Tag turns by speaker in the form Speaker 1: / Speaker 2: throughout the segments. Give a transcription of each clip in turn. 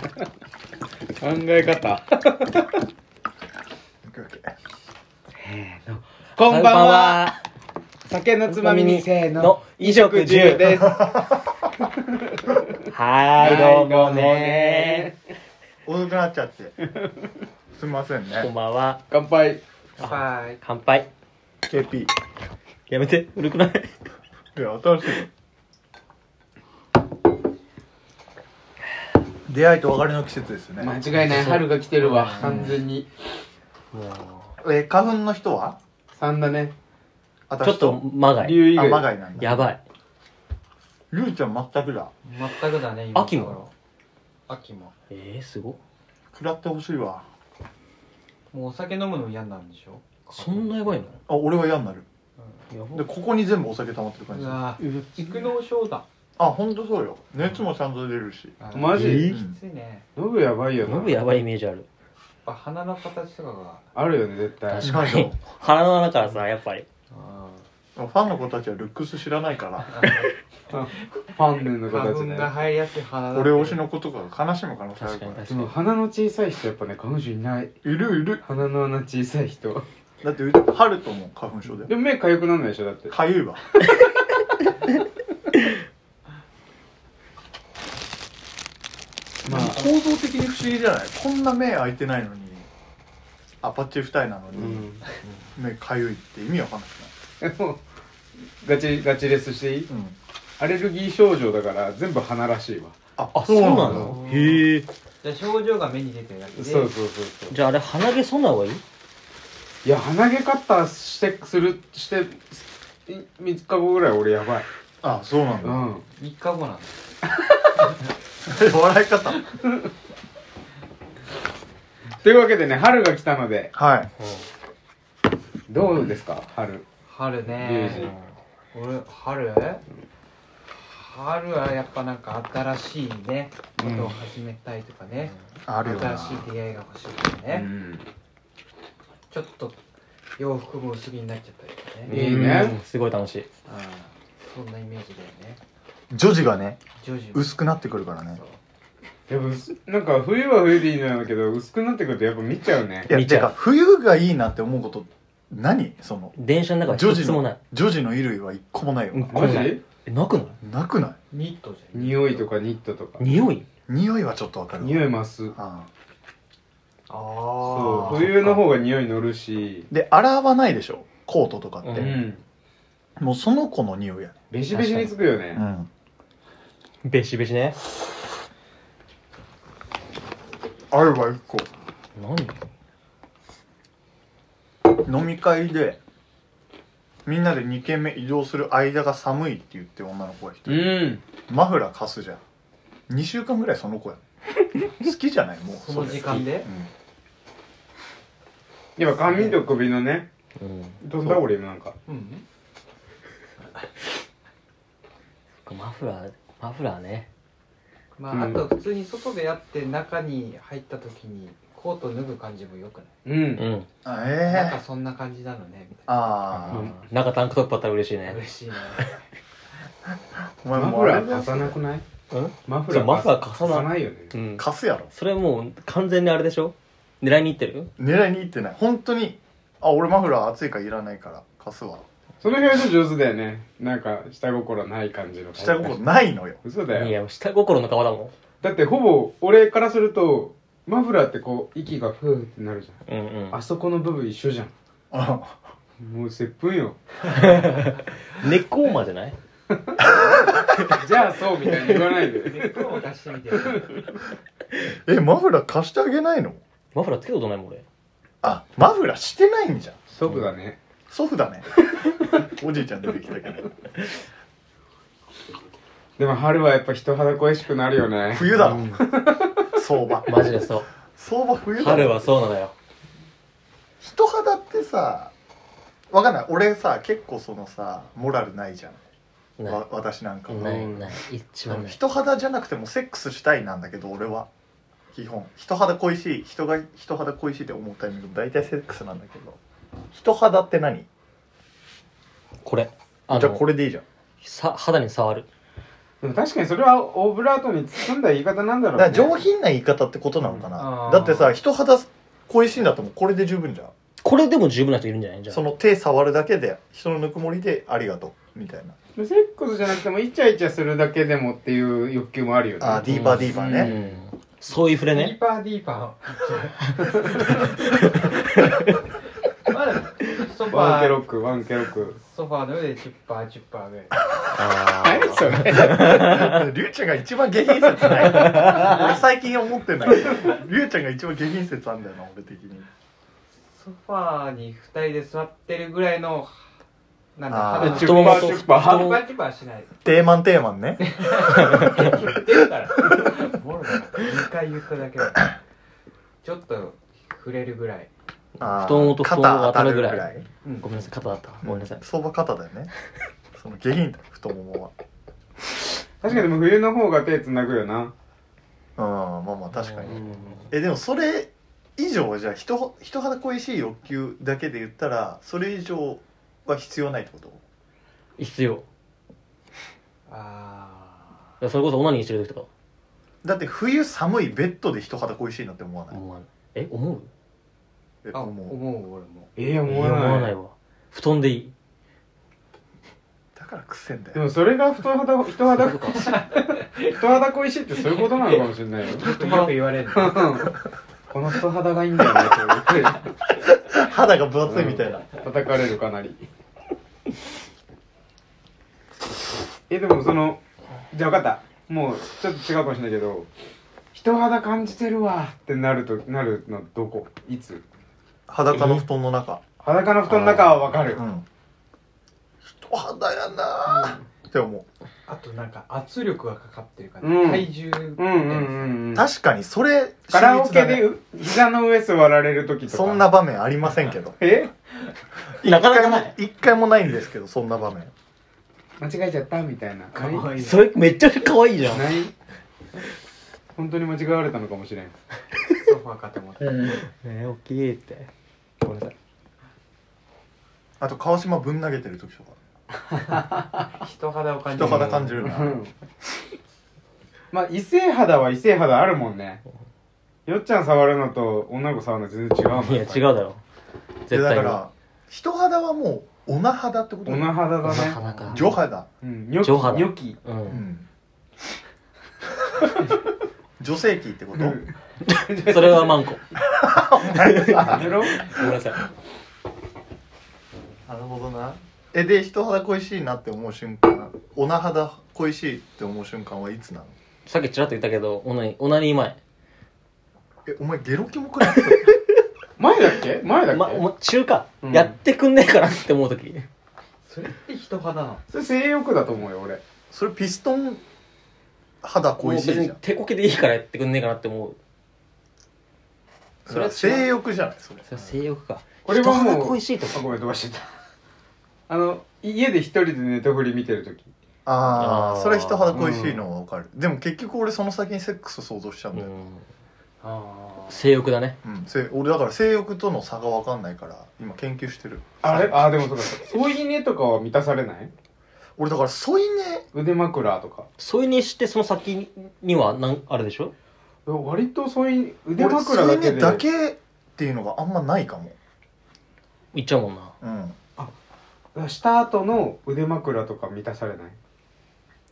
Speaker 1: 考え方。こんばんは。酒のつまみにせーの。
Speaker 2: の衣食
Speaker 1: 十
Speaker 2: 住
Speaker 1: です。
Speaker 2: はーいどうもね
Speaker 3: 遅くなっちゃってすみません
Speaker 2: こん
Speaker 3: ね
Speaker 2: ばんは
Speaker 1: 乾杯。
Speaker 2: 乾
Speaker 1: 杯。
Speaker 2: 乾杯
Speaker 3: KP い
Speaker 2: やめて古くない
Speaker 3: や新しい出会いと別れの季節ですね、
Speaker 1: 間違いない。春が来てるわ。完全に。
Speaker 3: えー花粉の人は
Speaker 1: 3だね。
Speaker 3: 私
Speaker 2: ちょっと間がい
Speaker 1: 竜以
Speaker 3: あま
Speaker 1: 外。
Speaker 3: がいなんだ
Speaker 2: やばい
Speaker 3: りゅうちゃん全くだ
Speaker 4: 全くだね今
Speaker 2: 秋も
Speaker 4: 秋も
Speaker 2: えー、すごっ
Speaker 3: 食らってほしいわ
Speaker 4: もうお酒飲むの嫌なんでしょ
Speaker 2: そんなやばいの
Speaker 3: あ俺は嫌になる
Speaker 2: やば
Speaker 3: でここに全部お酒溜まってる感
Speaker 4: う
Speaker 3: じ
Speaker 4: わ
Speaker 2: う
Speaker 4: 蓄能症だ
Speaker 3: あ本当そうよ熱もちゃんと出るし、
Speaker 1: マ
Speaker 2: え
Speaker 1: ジ
Speaker 2: ー
Speaker 3: うん
Speaker 4: きついね
Speaker 1: ノブやばいよ
Speaker 2: ノ
Speaker 1: な
Speaker 2: ブ。やばいイメージある
Speaker 4: やっぱ鼻の形とかが
Speaker 1: あるよね、絶対。
Speaker 2: 確かに腹の穴からさやっぱり
Speaker 4: あ
Speaker 3: ファンの子たちはルックス知らないから
Speaker 1: ファンデンの
Speaker 4: 花
Speaker 1: 形
Speaker 4: 粉
Speaker 1: ね。
Speaker 4: が入りやすい鼻だ
Speaker 3: 俺推しの子とかが悲しむ可能性ある
Speaker 2: 確
Speaker 3: か
Speaker 2: からに
Speaker 1: で
Speaker 2: 確かに
Speaker 1: も鼻の小さい人やっぱね、彼女いない。
Speaker 3: いるいる
Speaker 1: 鼻の穴小さい人。
Speaker 3: だってうち春とも花粉症だよ
Speaker 1: でも目痒くなんないでしょ、だって。
Speaker 3: かゆいわ
Speaker 1: ま
Speaker 3: まあ、
Speaker 1: あ、
Speaker 3: 構造的に不思議じゃないこんな目開いてないのにアパッチ二重なの
Speaker 1: う
Speaker 3: に、
Speaker 1: ん。
Speaker 3: 目かゆいって意味わかんなく
Speaker 1: でもガチ、ガチレスしていい
Speaker 3: ない、うん、
Speaker 1: アレルギー症状だから全部鼻らしいわ。
Speaker 3: あ
Speaker 2: あそうな
Speaker 3: だ
Speaker 2: のへえ
Speaker 4: じゃあ症状が目に出てるだけで
Speaker 1: そうそうそうそう。
Speaker 2: じゃああれ鼻毛そんな方がいい
Speaker 1: いや鼻毛カッターしてするしてい3日後ぐらい俺やばい
Speaker 3: あそうなん
Speaker 1: う
Speaker 3: だ
Speaker 1: ん
Speaker 4: 3日後なんだ
Speaker 3: 笑い方
Speaker 1: というわけでね春が来たので
Speaker 3: はい
Speaker 1: どうですか春
Speaker 4: 春
Speaker 1: ユ
Speaker 4: ね
Speaker 1: ージ
Speaker 4: 俺春春はやっぱなんか新しいねことを始めたいとかね、
Speaker 3: あるよな
Speaker 4: 新しい出会いが欲しいとかね、
Speaker 1: ん
Speaker 4: ちょっと洋服も薄着になっちゃったりとかね、
Speaker 1: いいね
Speaker 2: うんすごい楽しい
Speaker 4: そんなイメージだよね
Speaker 3: 女児がね
Speaker 4: 徐々に
Speaker 3: 薄くなってくるからね
Speaker 4: そう
Speaker 1: やっぱ薄なんか冬は冬でいいのやだけど薄くなってくるとやっぱ見ちゃうね
Speaker 3: いや
Speaker 2: 見ちゃ
Speaker 3: て
Speaker 2: う
Speaker 3: か冬がいいなって思うこと何その
Speaker 2: 電車の中
Speaker 3: 女
Speaker 2: 一
Speaker 3: 児
Speaker 2: つもない
Speaker 3: の女児の衣類は一個もないよな、
Speaker 2: うん
Speaker 1: マ
Speaker 2: これ
Speaker 1: ジ
Speaker 2: えなくない
Speaker 3: なくない
Speaker 4: ニットじゃん
Speaker 1: 匂いとかニットとか
Speaker 2: 匂い
Speaker 3: 匂いはちょっとわかるわ
Speaker 1: 匂い増す
Speaker 3: ああ
Speaker 4: あ
Speaker 1: そ
Speaker 4: あ
Speaker 1: う冬の方が匂い乗るし
Speaker 3: で洗わないでしょコートとかって、
Speaker 2: う
Speaker 1: う
Speaker 2: 冬
Speaker 1: ん
Speaker 3: もうその子の匂いやね
Speaker 1: ベシベシにつくよね
Speaker 3: ん
Speaker 2: ベシベシね
Speaker 3: あれば一個
Speaker 2: 何
Speaker 3: 飲み会でみんなで2軒目移動する間が寒いって言って女の子が一
Speaker 1: う
Speaker 3: 人、
Speaker 1: ん
Speaker 3: マフラー貸すじゃん2週間ぐらいその子や好きじゃないもう
Speaker 4: その
Speaker 3: れ
Speaker 4: 時間で
Speaker 3: う
Speaker 1: やっぱ髪と首のね
Speaker 2: うん
Speaker 1: どんだ俺今なんか
Speaker 4: うん
Speaker 2: マフラーマフラーね
Speaker 4: ま
Speaker 1: うん
Speaker 4: ああと普通に外でやって中に入った時にコート脱ぐ感じもよくな
Speaker 1: う
Speaker 2: うんん
Speaker 3: んあ
Speaker 4: いなん
Speaker 3: ええ
Speaker 4: かそんな感じなのねみた
Speaker 3: ああ、
Speaker 2: なんかタンクトップあったら嬉しい
Speaker 4: いな
Speaker 2: ね
Speaker 4: 嬉しいな
Speaker 3: お前
Speaker 1: マ
Speaker 3: もう
Speaker 1: フ
Speaker 3: あ
Speaker 1: ラー
Speaker 3: れだよ
Speaker 1: 貸さなくない
Speaker 2: うん
Speaker 1: マフ
Speaker 2: そ
Speaker 1: ラ
Speaker 2: う
Speaker 1: ー
Speaker 2: マフラー貸さ
Speaker 1: 貸
Speaker 2: な
Speaker 1: さ
Speaker 2: い
Speaker 1: ないよね
Speaker 2: うん
Speaker 3: 貸すやろ
Speaker 2: それもう完全にあれでしょ狙いに行ってる
Speaker 3: 狙いに行ってない本当にあ俺マフラー暑いからいらないから貸すわ
Speaker 1: その表情上手だよね。なんか、下心ない感じの。
Speaker 3: 下心。ないのよ
Speaker 1: 嘘だ
Speaker 2: い
Speaker 1: よ。
Speaker 2: や下心の顔だも
Speaker 1: だってほぼ、俺からすると、マフラーってこう、息がふーってなるじ
Speaker 2: んうんう
Speaker 1: ゃ
Speaker 2: ん
Speaker 1: ん。あそこの部分一緒じゃ
Speaker 3: うん
Speaker 1: ん。もう接吻よ。
Speaker 2: 根っこまじゃない
Speaker 1: じゃあそうみたいに言わないで。
Speaker 4: で今日出してみてよ
Speaker 3: えマフラー貸してあげないの
Speaker 2: マフラーつけたことないもん俺
Speaker 3: あマフラーしてないんじゃん
Speaker 1: 祖父だね。
Speaker 3: 祖父だねおじいちゃん出てきたけど
Speaker 1: でも春はやっぱ人肌恋しくなるよね。
Speaker 3: 冬だろ、相場
Speaker 2: マジでそ
Speaker 3: 相場冬だ
Speaker 2: う
Speaker 3: ろ
Speaker 2: 春はそうなのよ
Speaker 3: 人肌ってさわかんない俺さ結構そのさモラルないじゃん
Speaker 2: な
Speaker 3: わ私なんか
Speaker 2: い
Speaker 3: は
Speaker 2: ないない一番ない
Speaker 3: 人肌じゃなくてもセックスしたいなんだけど俺は基本人肌恋しい人が人肌恋しいって思うタイミング大体セックスなんだけど人肌って何
Speaker 2: これ
Speaker 3: じゃあこ
Speaker 2: れ
Speaker 3: れでいいじゃん
Speaker 2: さ肌に触る
Speaker 1: でも確かにそれはオブラートに包んだ言い方なんだろ
Speaker 3: だ
Speaker 1: う、
Speaker 3: から
Speaker 1: ね、
Speaker 3: 上品な言い方ってことなのか
Speaker 4: うんあ
Speaker 3: な
Speaker 4: ー
Speaker 3: だってさ人肌恋しいんだってもうこれで十分じゃん
Speaker 2: これでも十分な人いるんじゃないじゃあ
Speaker 3: その手触るだけで人のぬくもりでありがとうみたいな
Speaker 1: セックスじゃなくてもイチャイチャするだけでもっていう欲求もあるよね
Speaker 3: あーディーバーディーバー
Speaker 2: う
Speaker 3: ね、
Speaker 2: んそういう触れ
Speaker 4: ディー
Speaker 2: ね
Speaker 4: パーディーパー。まあ、ソフ
Speaker 1: ワンケロ
Speaker 4: ァー、
Speaker 1: ックワンケロック
Speaker 4: ソファーの上でチッパーチッパーで。
Speaker 2: あー
Speaker 1: 何それ
Speaker 3: りゅうちゃんが一番下品説 ない俺最近思ってないりゅうちゃんが一番下品説あんだよな俺的に
Speaker 4: ソファーに二人で座ってるぐらいの、なんだ、
Speaker 3: あー
Speaker 4: 肌の
Speaker 1: チュッパ ーチュッパ
Speaker 4: チ
Speaker 1: ー
Speaker 4: ッパーチッパーはしない。
Speaker 3: テーマンテーマンね
Speaker 4: 言ってるから。ボロだから。2回言っただけだから。ちょっと触れるぐらい。
Speaker 3: あー
Speaker 2: 布団と布団を当たるぐらい
Speaker 3: 肩当たる
Speaker 4: うん
Speaker 2: ごめんなさい肩だったごめんなさい
Speaker 3: 相場肩だよねその下品だ太もも
Speaker 1: 確かにでも冬の方が手つなぐよな
Speaker 3: はうんまあまあ確か
Speaker 2: う
Speaker 3: に
Speaker 2: ん
Speaker 3: えでもそれ以上じゃあ人人肌恋しい欲求だけで言ったらそれ以上は必要ないってこと
Speaker 2: 必要だか
Speaker 4: あ
Speaker 2: らそれこそオナニーしてる時とか
Speaker 3: だって冬寒いベッドで人肌恋しいなんて思わない、
Speaker 2: 思わないえ思う
Speaker 3: え
Speaker 4: あ。あ、思
Speaker 3: 思う
Speaker 4: う、俺も。
Speaker 1: ええ思
Speaker 2: いや思
Speaker 1: わ
Speaker 2: わ
Speaker 1: な
Speaker 2: ないいわ布団でいい
Speaker 3: だからくせんだ
Speaker 1: で
Speaker 3: よ
Speaker 1: もそれが太肌人肌
Speaker 2: そういうこと か
Speaker 1: 人肌恋しいってそういうことなのかもしれ ないよ
Speaker 4: よくよく言われるの。
Speaker 1: この人肌がいいんだよねって言って
Speaker 3: 肌が分厚いみたいな、
Speaker 1: 叩かれるかなりえでもそのじゃあ分かったもうちょっと違うかもしれないけど人肌感じてるわってなるとなるのどこいつ
Speaker 3: 裸の布団の中
Speaker 1: 裸の布団の中は分かる
Speaker 3: うん人肌やなーって思
Speaker 4: あとなんか圧力がかかってるから、
Speaker 1: うん
Speaker 4: 体重み
Speaker 1: う
Speaker 4: たい
Speaker 1: ん
Speaker 4: な
Speaker 1: うん
Speaker 4: や
Speaker 1: うん
Speaker 4: つ
Speaker 1: うん
Speaker 3: う確かにそれ
Speaker 1: カラオ
Speaker 3: 秀
Speaker 1: ケ
Speaker 3: 逸だね
Speaker 1: でう膝の上座られる時とか
Speaker 3: そんな場面ありませんけど
Speaker 1: え
Speaker 2: なかな
Speaker 3: 一回
Speaker 2: か
Speaker 3: も
Speaker 2: ない
Speaker 3: 一回もないんですけどそんな場面
Speaker 1: 間違えちゃったみたいな
Speaker 4: かわいい
Speaker 2: それめっちゃ可愛いじゃん
Speaker 1: ない本当に間違われたのかもしれん
Speaker 4: ソファーかと思った
Speaker 2: えー、大きいってごめんなさい
Speaker 3: あと川島ぶん投げてる時とか
Speaker 4: 人肌を感じ
Speaker 3: 人肌感じるな、
Speaker 1: うんまあ異性肌は異性肌あるもんねよっちゃん触るのと女の子触るの全然違うもん
Speaker 2: いや違う
Speaker 1: う
Speaker 2: だろ
Speaker 3: で
Speaker 2: 絶
Speaker 3: だ
Speaker 2: 対に
Speaker 3: から人肌はもう女肌ってこと
Speaker 1: 女肌だ
Speaker 2: 女
Speaker 1: ね
Speaker 2: 肌か
Speaker 3: 女肌、
Speaker 1: うんニョキ
Speaker 2: 女肌
Speaker 1: ニョキ
Speaker 2: う
Speaker 3: うんん、女性器ってこと、
Speaker 2: それはマンコ
Speaker 3: お前さ
Speaker 1: やろ
Speaker 2: ごめんなさい
Speaker 3: なるほどなえで人肌恋しいなって思う瞬間女肌恋しいって思う瞬間はいつなの
Speaker 2: さっきちらっと言ったけどオナニーオナニー前
Speaker 3: えお前ゲロキモくない
Speaker 1: 前だっけ前だっ
Speaker 2: ま、
Speaker 1: け
Speaker 2: お中華、
Speaker 1: うん
Speaker 2: やってくんねえかなって思う時
Speaker 4: それって人肌なの
Speaker 1: それ性欲だと思うよ俺
Speaker 3: それピストン肌
Speaker 2: もう
Speaker 3: 恋しい
Speaker 2: 別
Speaker 3: じ
Speaker 2: に
Speaker 3: ゃん
Speaker 2: 手こきでいいからやってくんねえかなって思う
Speaker 3: それは性欲じゃないそれ
Speaker 2: それは性欲か
Speaker 1: これ
Speaker 2: 人
Speaker 1: はもう
Speaker 2: 肌恋しいと
Speaker 1: あ
Speaker 2: か
Speaker 1: ごめん飛ばしてたあの家で一人でネタフリ見てる時
Speaker 3: あ
Speaker 2: あ
Speaker 3: あ
Speaker 2: ー
Speaker 3: それ人肌恋しいのはわかる、でも結局俺その先にセックス想像しちゃうん
Speaker 2: う
Speaker 3: だよ、
Speaker 2: ん
Speaker 1: あ
Speaker 2: 性欲だね
Speaker 3: うんせ俺だから性欲との差がわかんないから今研究してる
Speaker 1: あれあでもそうか添い寝とかは満たされない
Speaker 3: 俺だから添い寝
Speaker 1: 腕枕とか
Speaker 2: それにしてその先にはなんあれでしょ
Speaker 1: 割と添い腕
Speaker 3: 俺
Speaker 1: 枕だ
Speaker 3: 添い
Speaker 1: け
Speaker 3: 寝
Speaker 1: で
Speaker 3: だけっていうのがあんまないかも
Speaker 2: いっちゃうもんな
Speaker 3: うん
Speaker 1: した後の腕枕とか満たされない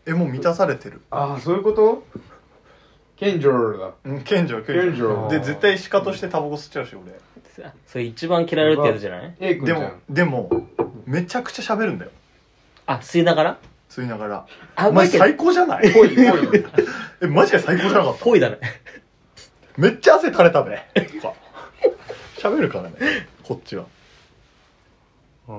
Speaker 3: えもう満たされてる
Speaker 1: ああそういうことケンジョルだ
Speaker 3: うん賢者
Speaker 1: ケン
Speaker 3: 賢
Speaker 1: ジ
Speaker 3: 者
Speaker 1: ョル
Speaker 3: で絶対鹿としてタバコ吸っちゃうし俺
Speaker 2: それ一番嫌られるってやつじゃない
Speaker 1: A 君じ
Speaker 3: で
Speaker 1: ゃ
Speaker 3: も
Speaker 1: ん
Speaker 3: でもめちゃくちゃ喋るんだよ
Speaker 2: あ吸いながら
Speaker 3: 吸いながら
Speaker 2: あ
Speaker 3: お前
Speaker 2: 覚えて
Speaker 3: 最高じゃない
Speaker 1: ぽいぽい
Speaker 3: えマジで最高じゃなかった
Speaker 2: ぽいだね
Speaker 3: めっちゃ汗垂れたねとか 喋るからねこっちは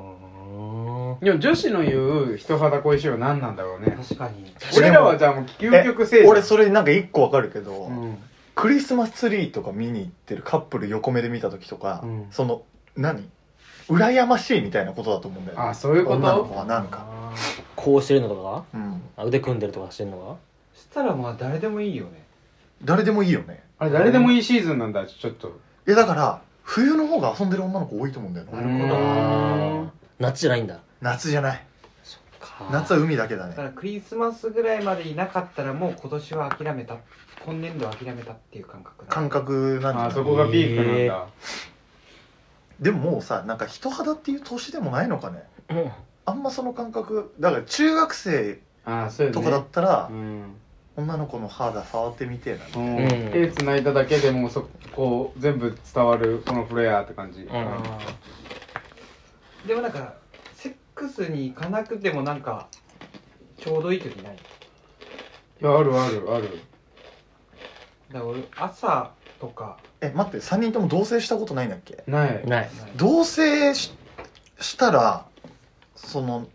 Speaker 1: でも女子の言う人肌恋しいは何なんだろうね
Speaker 4: 確かに
Speaker 1: 俺らはじゃあもう究極性
Speaker 3: 俺それなんか一個わかるけど、
Speaker 1: うん
Speaker 3: クリスマスツリーとか見に行ってるカップル横目で見た時とか、
Speaker 1: うん
Speaker 3: その何羨ましいみたいなことだと思うんだよね
Speaker 1: あそういうこと
Speaker 3: 女の子はなんか
Speaker 4: あー
Speaker 2: こうしてるのとか
Speaker 3: うん
Speaker 2: あ腕組んでるとかしてるの
Speaker 4: そしたらまあ誰でもいいよね
Speaker 3: 誰でもいいよね
Speaker 1: あれ誰でもいいシーズンなんだちょっと
Speaker 3: いやだから冬の方が遊んでる女の子多いと思うんだよな、
Speaker 1: なるほ
Speaker 2: が
Speaker 1: ど
Speaker 2: あー夏じゃないんだ
Speaker 3: 夏じゃない
Speaker 2: そっか
Speaker 3: 夏は海だけだね
Speaker 4: だからクリスマスぐらいまでいなかったらもう今年は諦めた今年度は諦めたっていう感覚だ
Speaker 3: 感覚なんじ
Speaker 1: あ
Speaker 3: ゃ
Speaker 1: あ
Speaker 3: ない
Speaker 1: そこがピークなんだ、
Speaker 3: でももうさなんか人肌っていう年でもないのかね
Speaker 2: うん
Speaker 3: あんまその感覚だから中学生
Speaker 1: ああそうよね
Speaker 3: とかだったら、
Speaker 1: うん
Speaker 3: 女の子の肌触ってみてえな
Speaker 1: うん
Speaker 2: うん
Speaker 1: 手つないだだけでもうそこう全部伝わるこのフレアって感じ、
Speaker 2: うん
Speaker 4: あーでもなんかセックスに行かなくてもなんかちょうどいい時ない
Speaker 1: いやあるあるある
Speaker 4: だから俺朝とか
Speaker 3: え待って3人とも同棲したことないんだっけ
Speaker 1: ない
Speaker 2: ない。
Speaker 3: 同棲ししたらその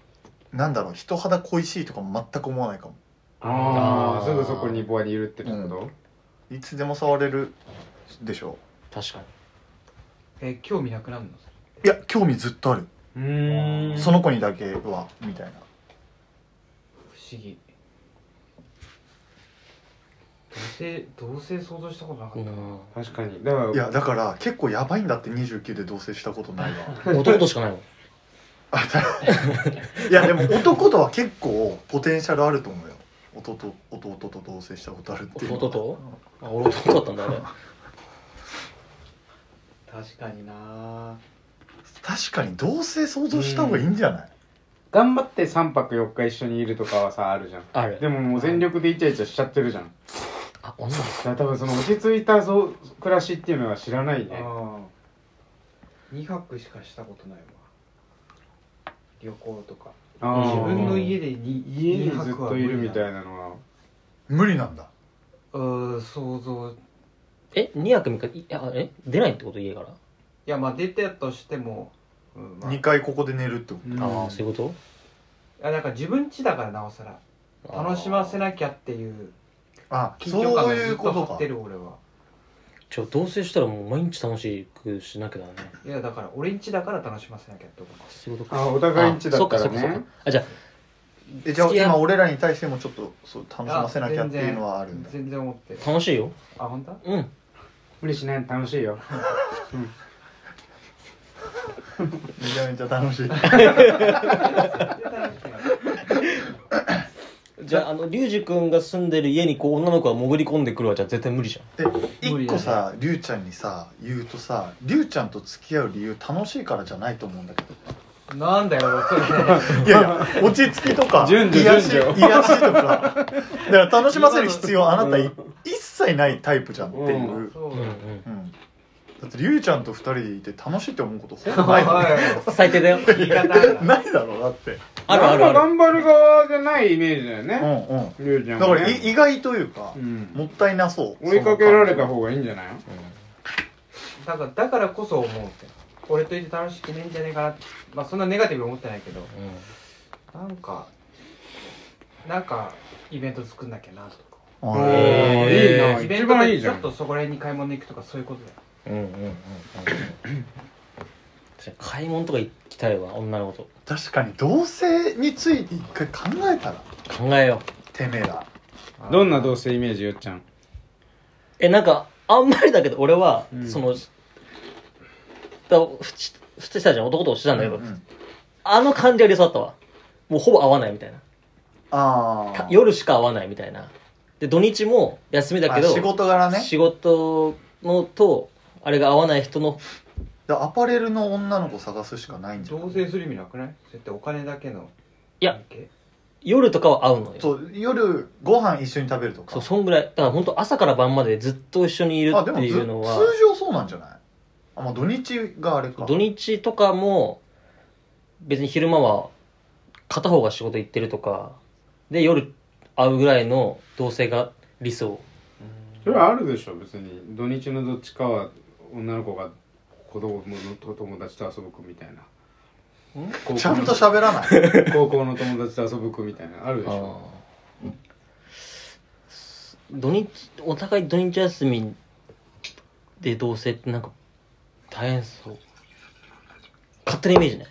Speaker 3: なんだろう人肌恋しいとかも全く思わないかも
Speaker 1: あ
Speaker 2: あ
Speaker 1: あ
Speaker 2: ー
Speaker 1: すぐそこにボアにいるってこと、
Speaker 3: いつでも触れるでしょ
Speaker 2: 確かに。
Speaker 4: え興味なくなるの
Speaker 3: いや興味ずっとある、
Speaker 1: うーん
Speaker 3: その子にだけはみたいな
Speaker 4: 不思議同性同性想像したことなか
Speaker 2: う
Speaker 4: っ
Speaker 2: ん。
Speaker 1: 確かにだから
Speaker 3: いやだから結構やばいんだって29で同棲したことないわ
Speaker 2: 弟しかないの。
Speaker 3: あいやでも男とは結構ポテンシャルあると思うよ弟弟と同棲したことあるっていうのは
Speaker 2: 弟とあ、俺弟だったんだ、あれ。
Speaker 4: た確かにな
Speaker 3: 確かに同棲想像した方がいいんじゃない、
Speaker 1: 頑張って3泊4日一緒にいるとかはさあるじゃん
Speaker 2: あ
Speaker 1: で
Speaker 2: る。
Speaker 1: ももう全力でイチャイチャしちゃってるじゃんだ
Speaker 2: あ、女の子
Speaker 1: から多分その落ち着いたそう暮らしっていうのは知らないね
Speaker 4: あ2泊しかしたことないわ旅行とか
Speaker 1: あ
Speaker 4: 自
Speaker 1: ー
Speaker 4: 分の家で 2,
Speaker 1: 家に
Speaker 4: 2
Speaker 1: ずっ
Speaker 4: 泊は
Speaker 1: と
Speaker 4: 無
Speaker 1: い
Speaker 4: 理だ
Speaker 1: るみたいなのは
Speaker 3: 無理なんだ
Speaker 4: うーん想像い
Speaker 2: え、2泊3日、いや、え、出ないってこと家から。
Speaker 4: やまあ出てたとしても、うんまあ、
Speaker 3: 2回ここで寝るってこ
Speaker 1: うん
Speaker 2: ああ、そういうこ
Speaker 4: あなんか自分家だからなおさら
Speaker 2: と
Speaker 4: 楽しませ
Speaker 2: い。
Speaker 4: なきゃっていう
Speaker 3: とあ
Speaker 4: 緊張
Speaker 3: そ
Speaker 4: 感
Speaker 3: う
Speaker 4: が
Speaker 3: い
Speaker 4: ずっ
Speaker 3: うことと
Speaker 4: 張
Speaker 3: か
Speaker 4: ってる俺は
Speaker 2: ちょ、同棲したらもう毎日楽しくしなきゃだね。
Speaker 4: いやだから俺ん家だから楽しませなきゃって思う
Speaker 2: そういうこと
Speaker 1: あ
Speaker 2: か。
Speaker 1: お互いんちだった
Speaker 2: あ
Speaker 1: ら
Speaker 2: そっかそっかそ
Speaker 1: ね
Speaker 2: っかあ、じゃあ、
Speaker 3: えじゃあ
Speaker 2: 付き合い
Speaker 3: 今俺らに対してもちょっとそう楽しませなきゃっていうのはあるんだ
Speaker 4: 全然思ってる
Speaker 2: 楽しいよ。
Speaker 4: あ本当？
Speaker 2: うん。
Speaker 1: 無理しないの楽しいよ
Speaker 3: めちゃめちゃ 楽しい
Speaker 2: じゃあ、あの、リュウジ君が住んでる家にこう、女の子が潜り込んでくるわじゃ絶対無理じゃん。
Speaker 3: え一個さりゅうちゃんにさ言うとさりゅうちゃんと付き合う理由楽しいからじゃないと思うんだけ ど
Speaker 4: なんだよそれ
Speaker 3: いやいや落ち着きとか
Speaker 1: 順序
Speaker 3: 癒し
Speaker 1: 順序
Speaker 3: 癒しとかだから楽しませる必要あなたい一切ないタイプじゃんってい
Speaker 1: う
Speaker 3: う、うん
Speaker 4: そう
Speaker 2: うんうん。
Speaker 3: だってりゅうちゃんと二人でいて楽しいって思うことほぼな いもん
Speaker 4: は
Speaker 2: 最低だよ。
Speaker 4: い言い方あるな
Speaker 3: ないだろうだって
Speaker 2: あるあるある。
Speaker 1: 頑張る側じゃないイメージだよ
Speaker 3: う
Speaker 1: ね
Speaker 3: んうん
Speaker 1: りゅうちゃ
Speaker 3: だ
Speaker 1: ん
Speaker 3: か
Speaker 1: はね
Speaker 3: らい意外というか、
Speaker 1: うん
Speaker 3: もったいなそう
Speaker 1: 追いかけられた
Speaker 3: その感
Speaker 1: 方がいいんじゃない
Speaker 4: だからだからこそ思うって俺といて楽しくねえんじゃねえかなまあそんなネガティブに思ってないけど
Speaker 2: うん
Speaker 4: なんかなんかイベント作んなきゃなとか
Speaker 3: じ
Speaker 1: お
Speaker 3: あー
Speaker 1: ーいい
Speaker 2: へ
Speaker 1: な
Speaker 4: イベ
Speaker 1: 一
Speaker 4: ント
Speaker 1: 番いい
Speaker 4: で
Speaker 1: じ
Speaker 4: ち
Speaker 1: ゃ
Speaker 4: ょっ
Speaker 1: ん
Speaker 4: とそこら辺に買い物行くとかそういうことだよ
Speaker 2: うんうんうんうんうん確かに買い物とか行きたいわ女の子と
Speaker 3: 確かに同性について一回考えたら
Speaker 2: 考えよう
Speaker 3: てめえら
Speaker 1: どんな同性イメージよっちゃん
Speaker 2: えなんかあんまりだけど俺は、
Speaker 1: うん
Speaker 2: そのだふちふちしたじゃん男としてたんだけど、あの感じは理想だったわもうほぼ会わないみたいな
Speaker 3: あ
Speaker 2: た
Speaker 3: あ
Speaker 2: 夜しか会わないみたいなで土日も休みだけど
Speaker 3: あ仕事柄ね
Speaker 2: 仕事のとあれが合わない人の
Speaker 3: だからアパレルの女の子探すしかないんじゃん
Speaker 4: 同棲する意味なくないそれってお金だけの
Speaker 2: いや
Speaker 4: 関係
Speaker 2: 夜とかは会うのよ
Speaker 3: そう夜ご飯一緒に食べるとか
Speaker 2: そうそんぐらいだから本当朝から晩までずっと一緒にいる
Speaker 3: あ
Speaker 2: っ
Speaker 3: で
Speaker 2: て
Speaker 3: もず
Speaker 2: いう
Speaker 3: 通
Speaker 2: のは
Speaker 3: 常そうなんじゃないあまあ土日があれか
Speaker 2: 土日とかも別に昼間は片方が仕事行ってるとかで夜会うぐらいの同棲が理想
Speaker 1: それはあるでしょ別に土日のどっちかは女の子が子供の友達と遊ぶ子みたいな高校の
Speaker 3: ちゃんと喋ら ない
Speaker 1: 高校の友達と遊ぶ子みたいなあるでしょ
Speaker 2: 土日お互い土日休みで同棲ってなんか大変そう勝手なイメージね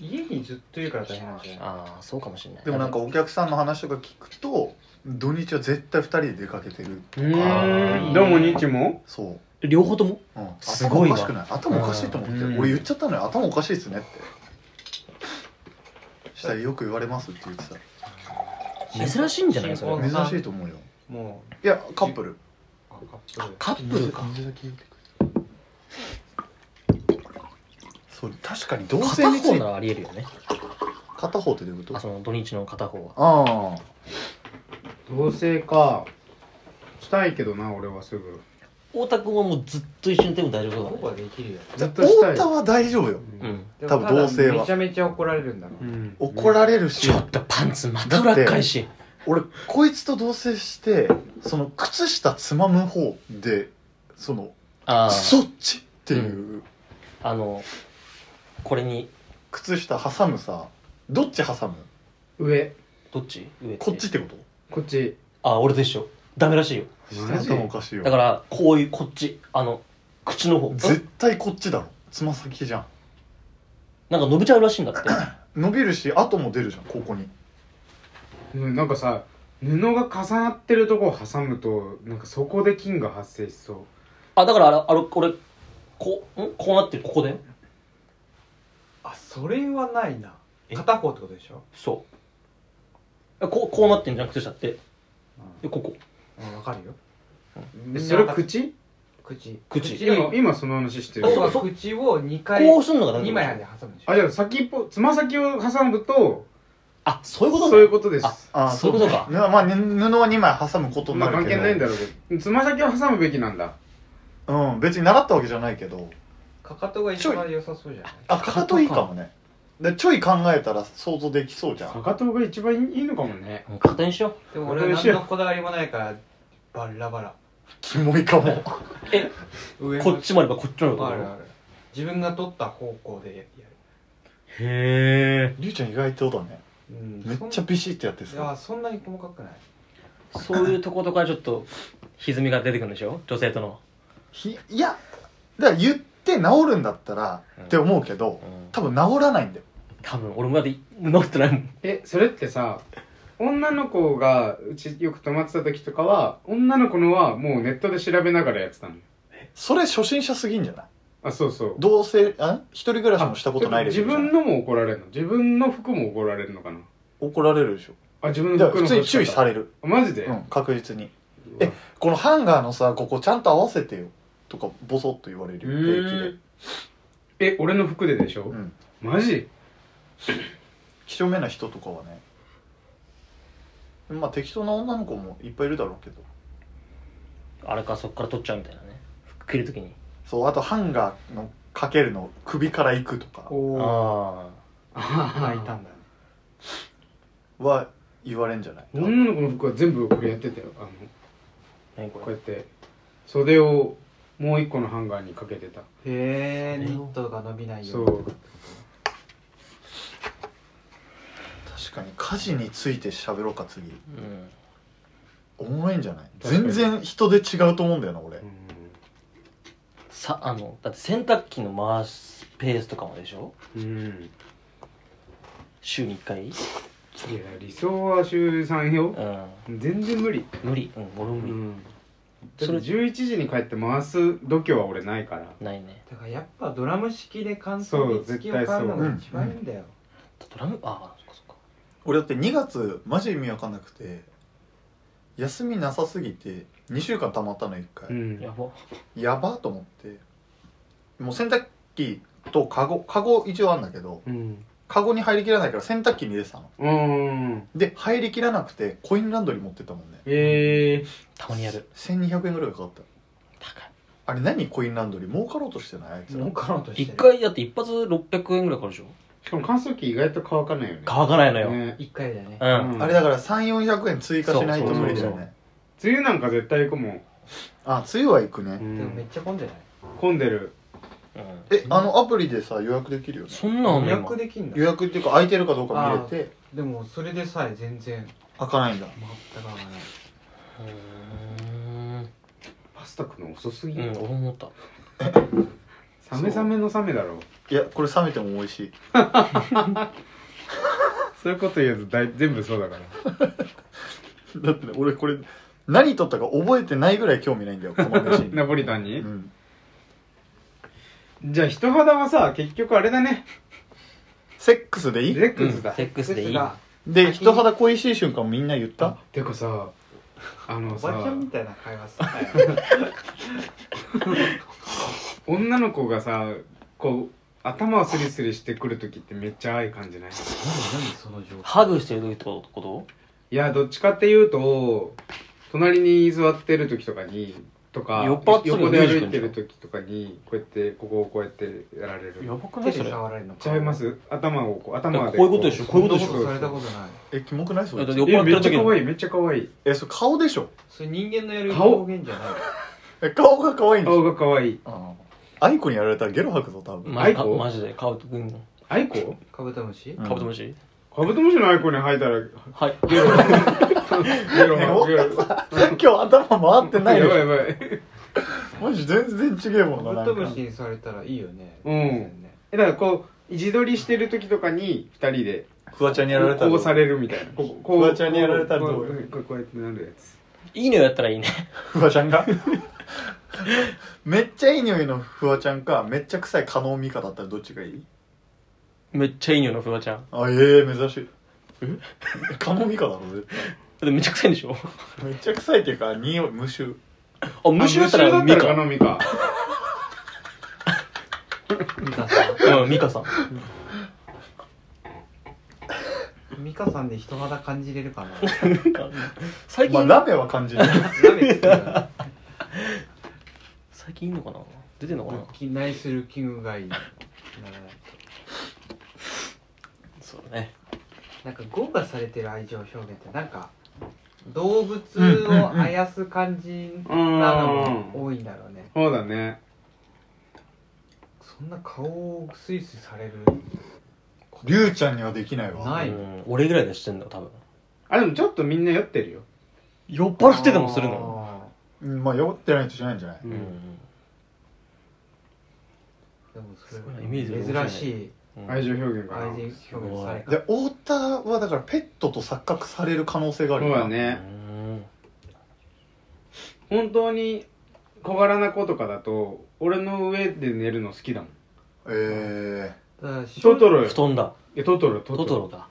Speaker 4: 家にずっといるから大変なんじゃない
Speaker 2: ああそうかもしれない
Speaker 3: でもなんかお客さんの話とか聞くと土日は絶対二人で出かけてる
Speaker 1: う
Speaker 2: ー
Speaker 1: ー
Speaker 2: ん
Speaker 1: んどうも日も
Speaker 3: そう
Speaker 2: 両方とも
Speaker 3: うん
Speaker 2: すご
Speaker 3: 頭お
Speaker 2: いわ
Speaker 3: かしくない頭おかしいと思って
Speaker 1: うん
Speaker 3: 俺言っちゃったのよ頭おかしいっすねってしたらよく言われますって言ってた
Speaker 2: 珍しいんじゃない
Speaker 4: 新
Speaker 2: そ
Speaker 4: 婚
Speaker 2: れ
Speaker 4: さん
Speaker 3: 珍しいと思うよ
Speaker 4: もう
Speaker 3: いやカップル
Speaker 4: あカッ
Speaker 2: カップ
Speaker 4: プル
Speaker 2: ルか
Speaker 3: 水だけ入れてくれそう確かに同性
Speaker 2: 片
Speaker 3: につい
Speaker 2: 方
Speaker 3: て
Speaker 2: ならありえるよね
Speaker 3: 片方ってどういうこと
Speaker 2: あ
Speaker 3: あ
Speaker 2: その土日の片方は
Speaker 3: あ
Speaker 1: 同棲かしたいけどな俺はすぐ
Speaker 2: 太田君はもうずっと一緒にいても大丈夫
Speaker 4: 僕
Speaker 2: だ
Speaker 4: はできるよ
Speaker 1: ずっとした
Speaker 3: 太
Speaker 1: い
Speaker 3: 田は大丈夫よ
Speaker 2: ねうん
Speaker 4: でも
Speaker 3: 多分
Speaker 4: ただ
Speaker 3: 同性は
Speaker 4: めちゃめちゃ怒られるんだろう
Speaker 1: うん
Speaker 3: 怒ら
Speaker 1: れ
Speaker 3: れるし
Speaker 2: ちょっとパンツまた裏っ返し
Speaker 3: 俺こいつと同棲してその靴下つまむ方でその
Speaker 2: ああ
Speaker 3: そっちっていう
Speaker 2: あのこれに
Speaker 3: 靴下挟むさどっち挟む
Speaker 1: 上
Speaker 2: どっち上て
Speaker 3: こっちってこと
Speaker 1: こっち
Speaker 2: あ俺と一緒ダメらしいよ
Speaker 1: マジ
Speaker 3: 頭おかしいよ
Speaker 2: だからこういうこっちあの口の方
Speaker 3: 絶対こっちだろつま先じゃん
Speaker 2: なんか伸びちゃうらしいんだって
Speaker 3: 伸びるし跡も出るじゃんここに
Speaker 1: うんなんかさ布が重なってるとこを挟むとなんかそこで菌が発生しそう
Speaker 2: あだからあれあれ俺こうんこうなってるここだよ
Speaker 4: あそれはないな
Speaker 2: え
Speaker 4: 片方ってことでしょ
Speaker 2: そうえこうこうなってんじゃん靴下ってでここ
Speaker 4: うんわかるよ
Speaker 1: えそれ口
Speaker 4: 口
Speaker 2: 口
Speaker 1: 今今その話してる
Speaker 4: 要
Speaker 2: あ
Speaker 4: は
Speaker 2: そう
Speaker 4: 口を2回
Speaker 2: こうすんのがダメ
Speaker 4: 2枚で挟むでしょ
Speaker 1: あじゃあ先っぽつま先を挟むと
Speaker 2: あそういうこと
Speaker 1: そういう
Speaker 2: こ
Speaker 1: ことです
Speaker 2: あ
Speaker 3: あ
Speaker 2: そういうことか
Speaker 3: ねまあ、ね布は2枚挟むことに
Speaker 1: ま
Speaker 3: な
Speaker 1: あ
Speaker 3: る
Speaker 1: 関係
Speaker 3: けど、
Speaker 1: ないんだろうけどつま先を挟むべきなんだ
Speaker 3: うん別に習ったわけじゃないけど
Speaker 4: かかとが一番良さそうじゃない
Speaker 3: あかかといいかもねでちょい考えたら想像できそうじゃ
Speaker 1: か
Speaker 3: ん
Speaker 1: かとが一番いいのかもね
Speaker 2: と勝手にしよ
Speaker 4: でも俺は何のこだわりもないからバッラバラ
Speaker 3: キモいかも
Speaker 4: 上
Speaker 2: う
Speaker 4: の
Speaker 2: こっちもあればこっちもあ
Speaker 4: あ
Speaker 2: れ
Speaker 4: る
Speaker 2: ば
Speaker 4: ある自分が取った方向でや
Speaker 2: へえ
Speaker 3: りゅうちゃん意外とだね
Speaker 4: るうん
Speaker 3: めっちゃビシッてやって
Speaker 4: そんい
Speaker 3: さ
Speaker 4: やそんなに細かくない
Speaker 2: そういうとことかちょっと歪みが出てくるんでしょ女性との、
Speaker 3: ひいやだから言って治るんだったらって思うけど
Speaker 2: うん、
Speaker 3: 多分治らないんだよ
Speaker 2: 多分俺まで治ってないもん
Speaker 1: えそれってさ女の子がうちよく泊まってた時とかは女の子のはもうネットで調べながらやってたのよ
Speaker 3: それ初心者すぎんじゃない
Speaker 1: あそうそう
Speaker 3: 同性あ一人暮らしもしたことないレベルじ
Speaker 1: 自
Speaker 3: ゃん
Speaker 1: 分のも怒られるの自分の服も怒られるのかな
Speaker 3: 怒られるでしょ
Speaker 1: あ自分
Speaker 3: だ
Speaker 1: の
Speaker 3: か
Speaker 1: 服
Speaker 3: ら
Speaker 1: の
Speaker 3: 普通に注意さ
Speaker 1: れ
Speaker 3: れる、
Speaker 1: マジで、
Speaker 3: うん、確実に
Speaker 1: え
Speaker 3: えこのハンガーのさここちゃんと合わせてよとかボソッと言われるよ平気で
Speaker 1: え俺の服ででしょ、
Speaker 3: うん
Speaker 1: マジ
Speaker 3: 気性めな人とかはねまあ適当な女の子もいっぱいいるだろうけど
Speaker 2: あれかそっから取っちゃうみたいなね服着るときに
Speaker 3: そうあとハンガーのかけるの首からいくとか
Speaker 4: おお
Speaker 2: あ
Speaker 4: 泣いたんだね
Speaker 3: は言われんじゃない
Speaker 1: 女の子の服は全部これやってたよあの
Speaker 2: あ何こ
Speaker 1: こう
Speaker 2: れ
Speaker 1: やって袖をもう一個のハンガーにかけてた
Speaker 4: へえ
Speaker 2: それ
Speaker 4: ニ
Speaker 2: を
Speaker 4: ットが伸びない
Speaker 1: そ
Speaker 4: よ
Speaker 1: う
Speaker 3: 確かに家事について喋ろうか次お
Speaker 2: うん
Speaker 3: もろいんじゃない
Speaker 1: 確か
Speaker 3: 全
Speaker 1: に
Speaker 3: 然人で違うと思うんだよな俺
Speaker 2: さあのだって洗濯機の回すペースとかもでしょ
Speaker 1: うん、うん、
Speaker 2: 週に1回
Speaker 1: いや理想は週3よ
Speaker 2: うん
Speaker 1: 全然無理
Speaker 2: 無理うん俺も
Speaker 1: う
Speaker 2: 無理、
Speaker 1: んだっ
Speaker 2: そ
Speaker 1: て
Speaker 2: れ
Speaker 1: 11時に帰って回す度胸は俺ないから
Speaker 2: ないね
Speaker 4: だからやっぱドラム式で乾燥に
Speaker 1: そう
Speaker 4: 付きを買うのが一番いいんだよ
Speaker 2: ドラムああそっかそっか
Speaker 3: 俺だって2月マジ意味わかんなくて休みなさすぎて2週間たまったの1回、
Speaker 1: うん
Speaker 2: やば
Speaker 3: やばと思ってもう洗濯機とカゴカゴ一応あんだけど
Speaker 1: うん
Speaker 3: カゴに入りきらないから洗濯機に入れてたの
Speaker 1: うん
Speaker 3: で入りきらなくてコインランドリー持ってったもんね
Speaker 1: ええ
Speaker 2: たまにやる
Speaker 3: 1200円ぐらいかかった
Speaker 2: 高い
Speaker 3: あれ何コインランドリー儲かろうとしてないあいつら
Speaker 4: 儲かろうとして
Speaker 2: 一
Speaker 4: る
Speaker 2: 回だって一発600円ぐらいかかるでしょ
Speaker 1: しかも乾燥機意外と乾かないよね
Speaker 2: 乾かないのよ、
Speaker 1: ね
Speaker 4: 一回だよね
Speaker 2: うん、
Speaker 1: うん
Speaker 3: あれだから3400円追加しないと無理だよね
Speaker 1: 梅雨なんか絶対行くもん、
Speaker 3: あ梅雨は行くね、
Speaker 4: でもめっちゃ混んでない
Speaker 1: 混んでる
Speaker 2: うん
Speaker 3: えあのアプリでさ予約できるよね
Speaker 2: そんなのあん
Speaker 4: 予
Speaker 2: の今
Speaker 4: 約できんだ
Speaker 3: 予約っていうか空いてるかどうか見れて
Speaker 4: でもそれでさえ全然
Speaker 3: 開かないんだ
Speaker 4: 全く合わないう
Speaker 2: ーん
Speaker 1: パスタ食うの遅すぎ、
Speaker 2: うん俺も思った
Speaker 1: サメサメのサメだろう
Speaker 3: いやこれ冷めても美味しい
Speaker 1: そういうこと言うと大全部そうだから
Speaker 3: だってね俺これ何取ったか覚えてないぐらい興味ないんだよこの飯 に
Speaker 1: ナポリタンに、
Speaker 3: うん
Speaker 1: じゃあ人肌はさ結局あれだね
Speaker 3: セックスでいい
Speaker 1: レックスだ、
Speaker 2: うんセックスでいい
Speaker 4: セが
Speaker 3: で人肌恋しい瞬間みんな言った
Speaker 1: てかさあ
Speaker 4: お
Speaker 1: の
Speaker 4: ば
Speaker 1: さ
Speaker 4: ちゃんみたいな会話するなよ
Speaker 1: 女の子がさこう頭をスリスリしてくる時ってめっちゃ愛感じない
Speaker 4: 何何その状況
Speaker 2: ハグしてる時ってこと
Speaker 1: いやどっちかっていうと隣に座ってる時とかにとか
Speaker 2: 酔っ払ってる
Speaker 1: 横で歩いてる時とかにこうやってここをこうやってやられる
Speaker 2: やばくな
Speaker 4: 手
Speaker 2: いそ
Speaker 4: で
Speaker 2: れだ
Speaker 4: 触られるの
Speaker 1: ちゃいます頭をこう頭で
Speaker 2: こういうことでしょこういうことでしょ
Speaker 4: そんなされたことない
Speaker 3: えキモくないそれ
Speaker 2: って酔っ
Speaker 1: いや
Speaker 2: 払って
Speaker 1: めっ
Speaker 2: る
Speaker 1: ちゃ
Speaker 2: 時
Speaker 1: 可
Speaker 2: の
Speaker 1: 愛いめっちゃ可愛い
Speaker 3: えそれ顔でしょ
Speaker 4: それ人間のやる
Speaker 1: 顔
Speaker 4: 表現じゃない
Speaker 3: え顔が可愛いんでし
Speaker 1: 顔
Speaker 3: ょ
Speaker 1: が可愛い
Speaker 3: ああアイコにやられたらゲロ吐くぞ多分
Speaker 2: マ
Speaker 1: アイ
Speaker 2: ジか
Speaker 1: コ
Speaker 2: マジでカブト君の
Speaker 1: アイコ
Speaker 4: カブトムシ
Speaker 2: カブトムシ
Speaker 1: カブトムシのアイコに履いたら
Speaker 2: はい
Speaker 1: ゲロゲロゲロ
Speaker 3: 今日頭回ってない
Speaker 1: や
Speaker 3: で
Speaker 1: ばい
Speaker 3: し
Speaker 1: やばい
Speaker 3: ょマジ全然違え
Speaker 4: カ
Speaker 3: もんなな
Speaker 4: ブ
Speaker 3: ん
Speaker 4: トムシ
Speaker 3: か
Speaker 4: にされたらいいよね
Speaker 1: うん
Speaker 4: 全然ね
Speaker 1: えだからこう自撮りしてる時とかに二人で
Speaker 3: フワちゃんにやられた
Speaker 1: こ
Speaker 3: らど
Speaker 1: う
Speaker 3: う
Speaker 1: されるみたいなこうこ
Speaker 3: フ
Speaker 1: う
Speaker 3: ワちゃんにやられたらどう
Speaker 1: こここうやってなるやつ
Speaker 2: いいのやったらいいね
Speaker 3: フワちゃんが めっちゃいい匂いのフワちゃんかめっちゃ臭い加納美香だったらどっちがいい
Speaker 2: めっちゃいい匂いのフワちゃんだ
Speaker 3: あええ珍しいえ 加納美香だろ絶
Speaker 2: ってめっちゃ臭いんでしょ
Speaker 3: 対めっちゃ臭いっていうか匂い無臭
Speaker 2: あ無臭だったらミ
Speaker 1: か
Speaker 2: カ
Speaker 1: のミカ
Speaker 4: ミカさ
Speaker 2: うんミカさん
Speaker 4: んミカさんで人肌感じれるかな
Speaker 2: 最
Speaker 3: まあ
Speaker 2: 近
Speaker 3: ラメは感じない
Speaker 4: ラメつくな
Speaker 2: 最近いいのかな出てんのかな
Speaker 4: ルッキナイスルッキングがいいな
Speaker 2: そうだね
Speaker 4: なんか豪華されてる愛情表現ってなんか動物をあやす感じなのも多いんだろうね、
Speaker 1: そうだね
Speaker 4: そんな顔をスイスイされる
Speaker 3: りゅうちゃんにはできないわ
Speaker 4: ない
Speaker 2: うん俺ぐらいでしてんだよ多分
Speaker 1: あでもちょっとみんな酔ってるよ
Speaker 2: 酔っ払ってでもするの
Speaker 3: うんまあ酔ってないとしないんじゃない
Speaker 1: うん
Speaker 2: うん
Speaker 4: あーでもそれ
Speaker 2: すごいなイメージで面白いね
Speaker 4: 珍しい
Speaker 2: うん
Speaker 1: 愛情表現かな
Speaker 4: 愛人表現され
Speaker 2: す
Speaker 4: た
Speaker 3: で太田はだからペットと錯覚される可能性がある
Speaker 1: そう
Speaker 3: よな
Speaker 1: だね本当に小柄な子とかだと俺の上で寝るの好きだもん
Speaker 3: え
Speaker 4: だからしょ
Speaker 1: トトロ
Speaker 2: うん
Speaker 1: よ
Speaker 2: 布団だ
Speaker 1: いやトトロト
Speaker 2: トトロだ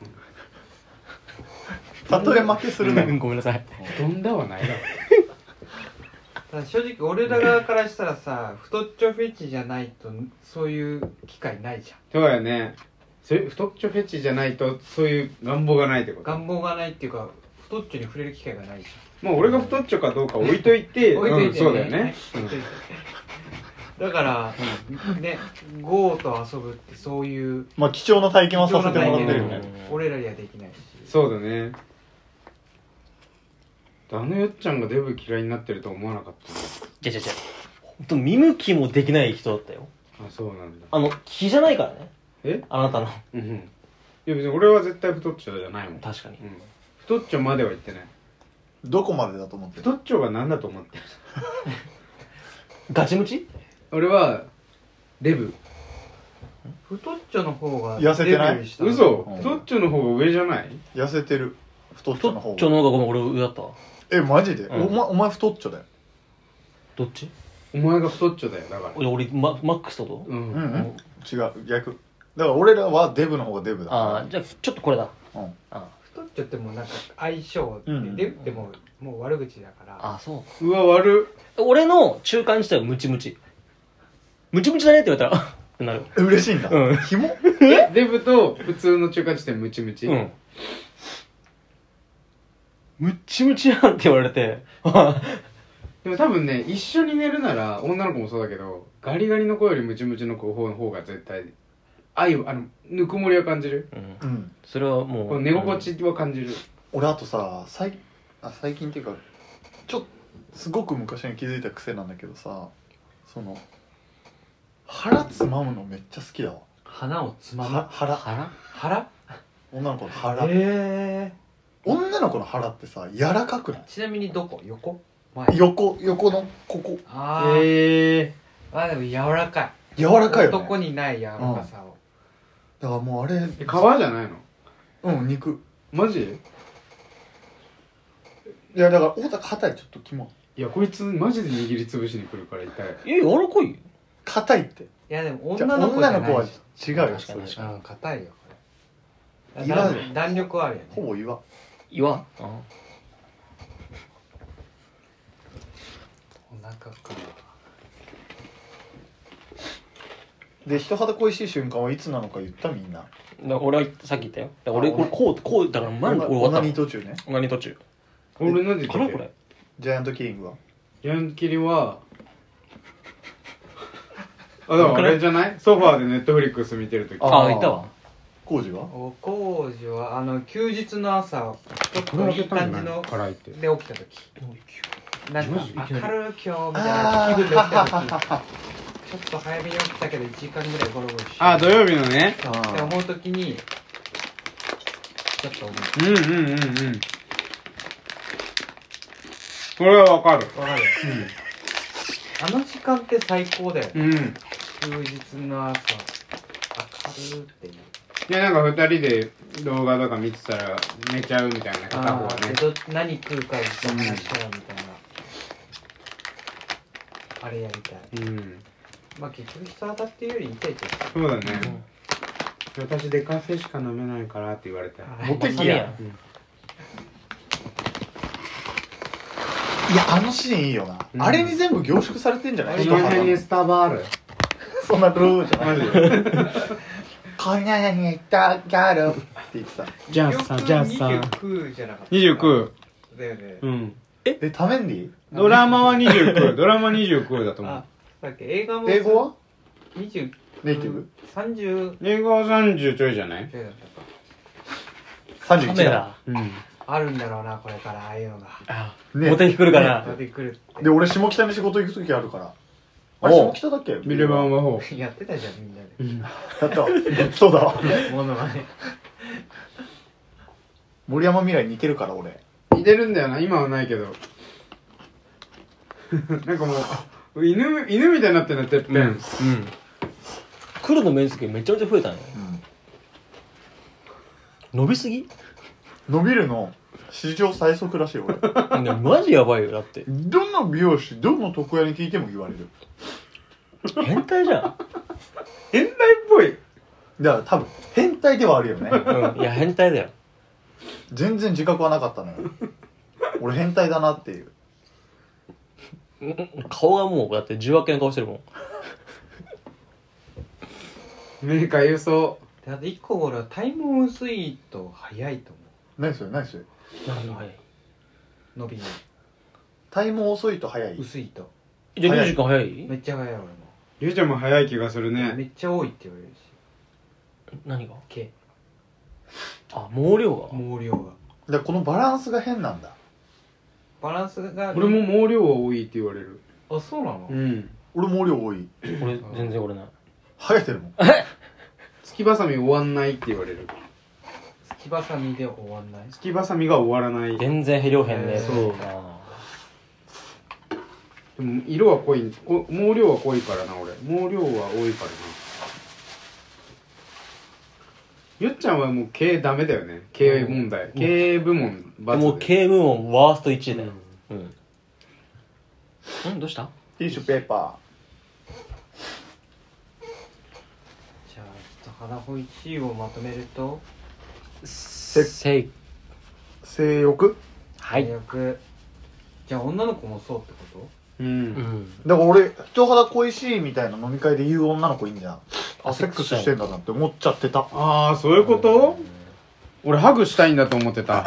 Speaker 3: ー、例え負けするな、
Speaker 2: うんごめんなさい
Speaker 1: 布団だはないだろ
Speaker 4: ただ正直俺ら側からしたらさ太っちょフェチじゃないとそういう機会ないじゃん
Speaker 1: そうだよねそういう太っちょフェチじゃないとそういう願望がないってこと
Speaker 4: 願望がないっていうか太っちょに触れる機会がないじ
Speaker 1: まあ俺が太っちょかどうか置いといて
Speaker 4: ゃん置いといて、
Speaker 1: うんそうだよね、う
Speaker 4: 置い
Speaker 1: ん
Speaker 4: といてだから、ねゴーと遊ぶってそういう
Speaker 3: まあ貴重な体験はさせてもらってるよ
Speaker 2: 貴重な体
Speaker 3: ね
Speaker 2: 験
Speaker 4: 俺らにはできないし
Speaker 1: そうだねあのよっちゃんがデブ嫌いになってると思わなかったね
Speaker 2: じゃじゃじゃ本当見向きもできない人だったよ
Speaker 1: あそうなんだ
Speaker 2: あの気じゃないからね
Speaker 1: え
Speaker 2: あなたの
Speaker 1: うんうんいや別に俺は絶対太っちょじゃないもん、う
Speaker 2: 確かに
Speaker 1: ん、太っちょまでは言ってない
Speaker 3: どこまでだと思ってる
Speaker 1: 太っちょが何だと思ってる
Speaker 2: ガチムチ
Speaker 1: 俺はデブ
Speaker 4: 太っちょの方が
Speaker 3: 痩せてない
Speaker 4: デビューしたの
Speaker 1: 嘘
Speaker 3: うん
Speaker 1: 太っちょの方が上じゃない
Speaker 3: 痩せてる太っち
Speaker 2: 太
Speaker 3: ょの方
Speaker 2: っ
Speaker 3: が
Speaker 2: ちょの方がごめん俺上だったわ
Speaker 3: えマジで、
Speaker 2: うん
Speaker 3: お前お前太っちょだよ
Speaker 2: どっち
Speaker 1: お前が太っちょだよだから
Speaker 2: 俺俺ママックスってこと
Speaker 1: う
Speaker 3: うんん、うん、違う逆だから俺らはデブの方がデブだ
Speaker 2: ああじゃあちょっとこれだ
Speaker 3: うん
Speaker 2: あ
Speaker 4: 太っちょってもうなんか相性で、
Speaker 3: うん
Speaker 4: デブってもうもう悪口だから
Speaker 2: あそう
Speaker 1: わ悪っ
Speaker 2: 俺の中間地点はムチムチムチムチだねって言われたら ってなる
Speaker 3: え嬉しいんだ、
Speaker 2: うん
Speaker 3: ひも
Speaker 1: デブと普通の中間地点ムチムチ、
Speaker 2: うんムッチムチやんって言われて
Speaker 1: でも多分ね一緒に寝るなら女の子もそうだけどガリガリの子よりムチムチの子の方が絶対愛をあのぬくもりは感じる
Speaker 2: うん
Speaker 3: うん
Speaker 2: それはもう
Speaker 1: この寝心地は感じる、
Speaker 3: 俺あとさ最あ最近っていうかちょっすごく昔に気づいた癖なんだけどさその腹つまむのめっちゃ好きだわ
Speaker 4: 花をつま
Speaker 3: は
Speaker 4: む
Speaker 3: 腹
Speaker 2: 腹
Speaker 4: 腹
Speaker 3: 女の子の腹、
Speaker 4: え
Speaker 3: 女の子の腹ってさ柔らかくない
Speaker 4: ー、ちなみにどこ横前
Speaker 3: 横横のここ
Speaker 4: あー、
Speaker 1: へえ
Speaker 4: あでも柔らか
Speaker 3: 柔
Speaker 4: い
Speaker 3: らかいよ、ね、
Speaker 4: 男にない柔らかさを、
Speaker 3: だからもうあれ
Speaker 1: 皮じゃないの
Speaker 3: うん肉
Speaker 1: マジ
Speaker 3: いやだから太田硬いちょっとキモ
Speaker 1: いやこいつマジで握りつぶしに来るから痛い
Speaker 2: え柔らかいよ
Speaker 3: 硬いって
Speaker 4: いやでも
Speaker 3: じゃ
Speaker 4: 女
Speaker 3: あ
Speaker 4: の子じ
Speaker 3: 女
Speaker 4: ゃ
Speaker 3: の
Speaker 4: な
Speaker 3: 子
Speaker 4: い
Speaker 3: は
Speaker 4: じ
Speaker 3: 違うよ
Speaker 2: 確かに確
Speaker 3: それ
Speaker 2: か
Speaker 4: ゃんうん硬いよこ
Speaker 3: いらん
Speaker 4: 弾弾力はあるよ
Speaker 3: ほ
Speaker 4: ね
Speaker 3: ぼ岩
Speaker 2: 岩
Speaker 4: お腹か
Speaker 3: で人肌恋しい瞬間はいつなのか言ったみんな
Speaker 2: だ俺はさっき言ったよだから俺
Speaker 3: あ
Speaker 2: 俺こうこうだから前に俺終わ
Speaker 3: オ
Speaker 2: っ
Speaker 3: ナ
Speaker 2: た
Speaker 3: ニー
Speaker 2: の
Speaker 3: 途中ね
Speaker 2: オナニー途中
Speaker 1: 俺何時
Speaker 2: かなこれ
Speaker 3: ジャイアントキリングは
Speaker 1: ヤンキリはあでもあれじゃないソファーでネットフリックス見てる時
Speaker 3: あ
Speaker 2: あ
Speaker 3: ー
Speaker 2: あいたわ
Speaker 3: 工事は
Speaker 4: お工事はあの休日の朝ちょっ
Speaker 1: これ開
Speaker 4: とい
Speaker 1: け
Speaker 4: い
Speaker 1: た
Speaker 4: 感
Speaker 1: んじ
Speaker 4: じ
Speaker 1: ゃない
Speaker 4: の
Speaker 1: 辛いって
Speaker 4: で起きた時なんか
Speaker 1: マジ
Speaker 4: 明るい今日みたいな気分で起きた時
Speaker 3: あ
Speaker 4: ちょっと早めに起きたけど1時間ぐらいゴロゴロして
Speaker 1: あ土曜日のね
Speaker 3: ー
Speaker 4: って思う時にちょっと思う
Speaker 1: うんうんうんうんこれはわかる
Speaker 4: わかるあの時間って最高だよ
Speaker 1: うんうん
Speaker 4: 休日の朝明るってね
Speaker 1: いやなんか二人で動画とか見てたら寝ちゃうみたいな片方
Speaker 4: あ
Speaker 1: は
Speaker 4: あ
Speaker 1: ね
Speaker 4: ど何食うかずっと話したらみたいな、あれやりたい
Speaker 1: うん
Speaker 4: まあ結局人当たっていうよりイチャイチャして
Speaker 1: そうだね、私デカフェしか飲めないからって言われた
Speaker 4: あ
Speaker 3: 持ってき
Speaker 2: い
Speaker 3: や
Speaker 2: や
Speaker 3: いやあのシーンいいよな、
Speaker 1: うん
Speaker 3: あれに全部凝縮されてんじゃない
Speaker 1: この辺にスタバある
Speaker 3: そんなローじゃな
Speaker 1: マ
Speaker 3: い
Speaker 1: ジ で
Speaker 3: こんなに行ったガールって言ってた
Speaker 1: じゃあさじゃあ
Speaker 4: 結
Speaker 1: さ
Speaker 4: 局29じゃなかった
Speaker 1: 29
Speaker 4: だよね、
Speaker 1: うん
Speaker 3: えタメンディ
Speaker 1: ドラマは29ド ラマ29だと思う
Speaker 4: あだっけ映画も
Speaker 3: 英語は
Speaker 4: 20
Speaker 3: ネイティブ
Speaker 4: 30
Speaker 1: 英語は30ちょいじゃない
Speaker 4: くらいだった
Speaker 2: カ
Speaker 4: か
Speaker 3: 31
Speaker 2: メ
Speaker 3: だ
Speaker 2: ラ
Speaker 1: うん
Speaker 4: あるんだろうなこれからああいうのが
Speaker 2: あ
Speaker 3: ね
Speaker 2: モテてくるかな
Speaker 4: 出てくるって
Speaker 3: で俺下北に仕事行く時あるからあれ
Speaker 2: お
Speaker 3: 下
Speaker 2: う
Speaker 3: 北だっけ
Speaker 1: ビルバン
Speaker 3: は
Speaker 1: 魔法
Speaker 4: やってたじゃんみんな
Speaker 3: やったわ そうだわ
Speaker 4: でものまね
Speaker 3: 森山未来似てるから俺
Speaker 1: 似てるんだよな今はないけど なんかもう犬犬みたいになってんだてっぺん、
Speaker 2: うん黒の面積めちゃめちゃ増えたね伸びすぎね
Speaker 3: 伸びるの史上最速らしい俺
Speaker 2: マジやばいよだって
Speaker 3: どの美容師どの床屋に聞いても言われる
Speaker 2: 変態じゃん
Speaker 1: 変態っぽい
Speaker 3: だから多分変態ではあるよね
Speaker 2: うんいや変態だよ
Speaker 3: 全然自覚はなかった のよ俺変態だなっていう
Speaker 2: 顔がもうだって重悪な顔してるもん
Speaker 1: メーカー郵送
Speaker 4: であと一個俺はタイムオンスイート早いと思
Speaker 3: 何それ何それ
Speaker 2: 何のい。
Speaker 4: う伸びの
Speaker 3: タイム遅いと早い
Speaker 4: 薄いと
Speaker 2: じゃあ
Speaker 3: 早い
Speaker 2: 2時間早い
Speaker 4: めっちゃ早い俺も、
Speaker 1: ゆうちゃんも早い気がするね
Speaker 4: めっちゃ多いって言われるし
Speaker 2: 何が
Speaker 4: 毛
Speaker 2: あ毛量が
Speaker 4: 毛量が
Speaker 3: だからこのバランスが変なんだ
Speaker 4: バランスが
Speaker 1: 俺も毛量は多いって言われる
Speaker 4: あそうなの、
Speaker 1: ん
Speaker 3: 俺毛量多い
Speaker 2: 俺全然俺ない
Speaker 3: 生えてるもん
Speaker 1: 月ばさみ終わんないって言われる
Speaker 4: 月ばさみで終わんない
Speaker 1: 月ばさみが終わらないで
Speaker 2: 全然減量へんね
Speaker 4: えー
Speaker 1: そう
Speaker 2: あ
Speaker 1: も色は濃いお毛量は濃いからな俺毛量は多いからなゆっちゃんはもう経営ダメだよね経営問題、経営部門
Speaker 2: ー
Speaker 1: バ
Speaker 2: もう
Speaker 1: で
Speaker 2: 経部門ワースト1位だよ
Speaker 1: うん
Speaker 2: うん、うん、どうした
Speaker 3: ティッシュペーパ
Speaker 4: じゃあちょっと花穂1位をまとめると
Speaker 2: せせい
Speaker 3: ー性欲
Speaker 2: はい、
Speaker 4: 最悪じゃあ女の子もそうってこ
Speaker 1: うん
Speaker 2: うん、
Speaker 3: だから俺人肌恋しいみたいな飲み会で言う女の子いいんじゃんあ
Speaker 2: あ
Speaker 3: セ
Speaker 2: セ
Speaker 3: ッ
Speaker 2: ッ
Speaker 3: ク
Speaker 2: ク
Speaker 3: ス
Speaker 2: ス
Speaker 3: してんだなって思っちゃってた
Speaker 1: ああそういうこと俺ハグしたいんだと思ってた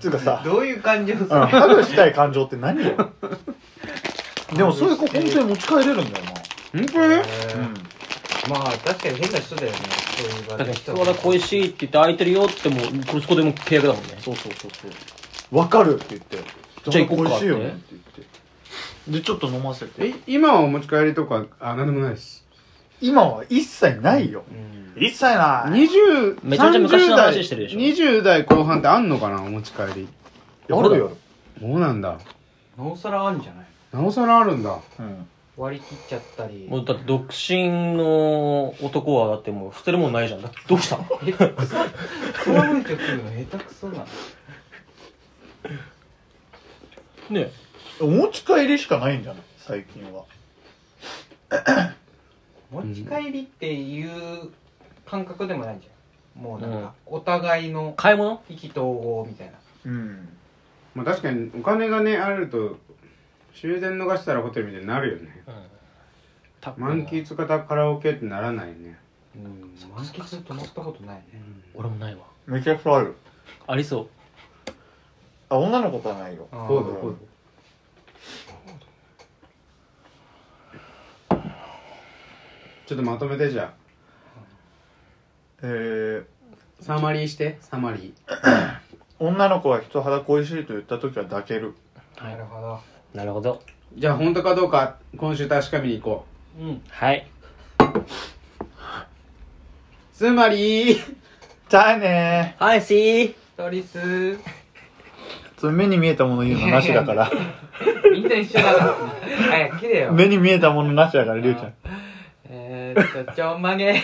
Speaker 3: つうか
Speaker 4: と
Speaker 3: さ、
Speaker 4: どういう感情する
Speaker 3: うん、ハグしたい感情って何 よでもそういう子本当に持ち帰れるんだよ
Speaker 1: 本当に
Speaker 3: な、うん、
Speaker 4: まあ確かに変な人だよねそういう場
Speaker 2: だって
Speaker 4: で
Speaker 2: 人肌恋しいって言って空いてるよってもうこれそこでもう契約だもんね
Speaker 3: そうそうそうそうわかるって言って
Speaker 2: じゃあ行こう
Speaker 3: 人肌恋
Speaker 2: かっ
Speaker 3: していよねって言ってでちょっと飲ませて
Speaker 1: え今はお持ち帰りとかあ何でもないです
Speaker 3: 今は一切ないよ
Speaker 4: うん
Speaker 3: 一切ない
Speaker 1: 20
Speaker 2: めちゃめちゃ昔の話
Speaker 1: 30
Speaker 2: してるでしょ
Speaker 1: 20代後半ってあんのかなお持ち帰り
Speaker 3: やるよ、
Speaker 1: そうなんだ
Speaker 4: なおさらあんじゃない
Speaker 1: なおさらあるんだ
Speaker 3: うん、
Speaker 4: 割り切っちゃったり
Speaker 2: もうだって独身の男はだってもう捨てるもんないじゃんだってどうしたの
Speaker 4: 下手くそ その文章作るの下手くそなの
Speaker 2: ね
Speaker 3: お持ち帰りしかないんじゃない最近は
Speaker 4: 持ち帰りっていう感覚でもないじゃんもうなんかお互いの
Speaker 2: 買い物
Speaker 4: 意気投合みたいな
Speaker 3: うん
Speaker 1: まあ確かにお金がねあると終電逃したらホテルみたいになるよね
Speaker 2: うんた
Speaker 1: 満喫型カラオケってならないね
Speaker 4: うん満喫泊まったことないね
Speaker 2: 俺もないわ
Speaker 3: めちゃくちゃある
Speaker 2: ありそう
Speaker 3: あ女の子とはないよ
Speaker 4: あ
Speaker 1: どう
Speaker 4: ー
Speaker 1: ぞどうぞちょっとまとめてじゃあ
Speaker 3: えー、
Speaker 1: サマリーしてサマリ
Speaker 3: 女の子が人肌恋しいと言った時は抱ける
Speaker 4: なるほど
Speaker 2: なるほど
Speaker 1: ーじゃあ本当かどうか今週確かめに行こう
Speaker 4: うん
Speaker 2: はい
Speaker 1: つまり
Speaker 3: じゃあね
Speaker 2: はいしー
Speaker 4: トリス
Speaker 3: ーそれ目に見えたもの言うのなしだから
Speaker 4: みんな一緒だから 早く切れよ
Speaker 3: 目に見えたものなしだからりゅうちゃん
Speaker 4: えーっとちょんまげ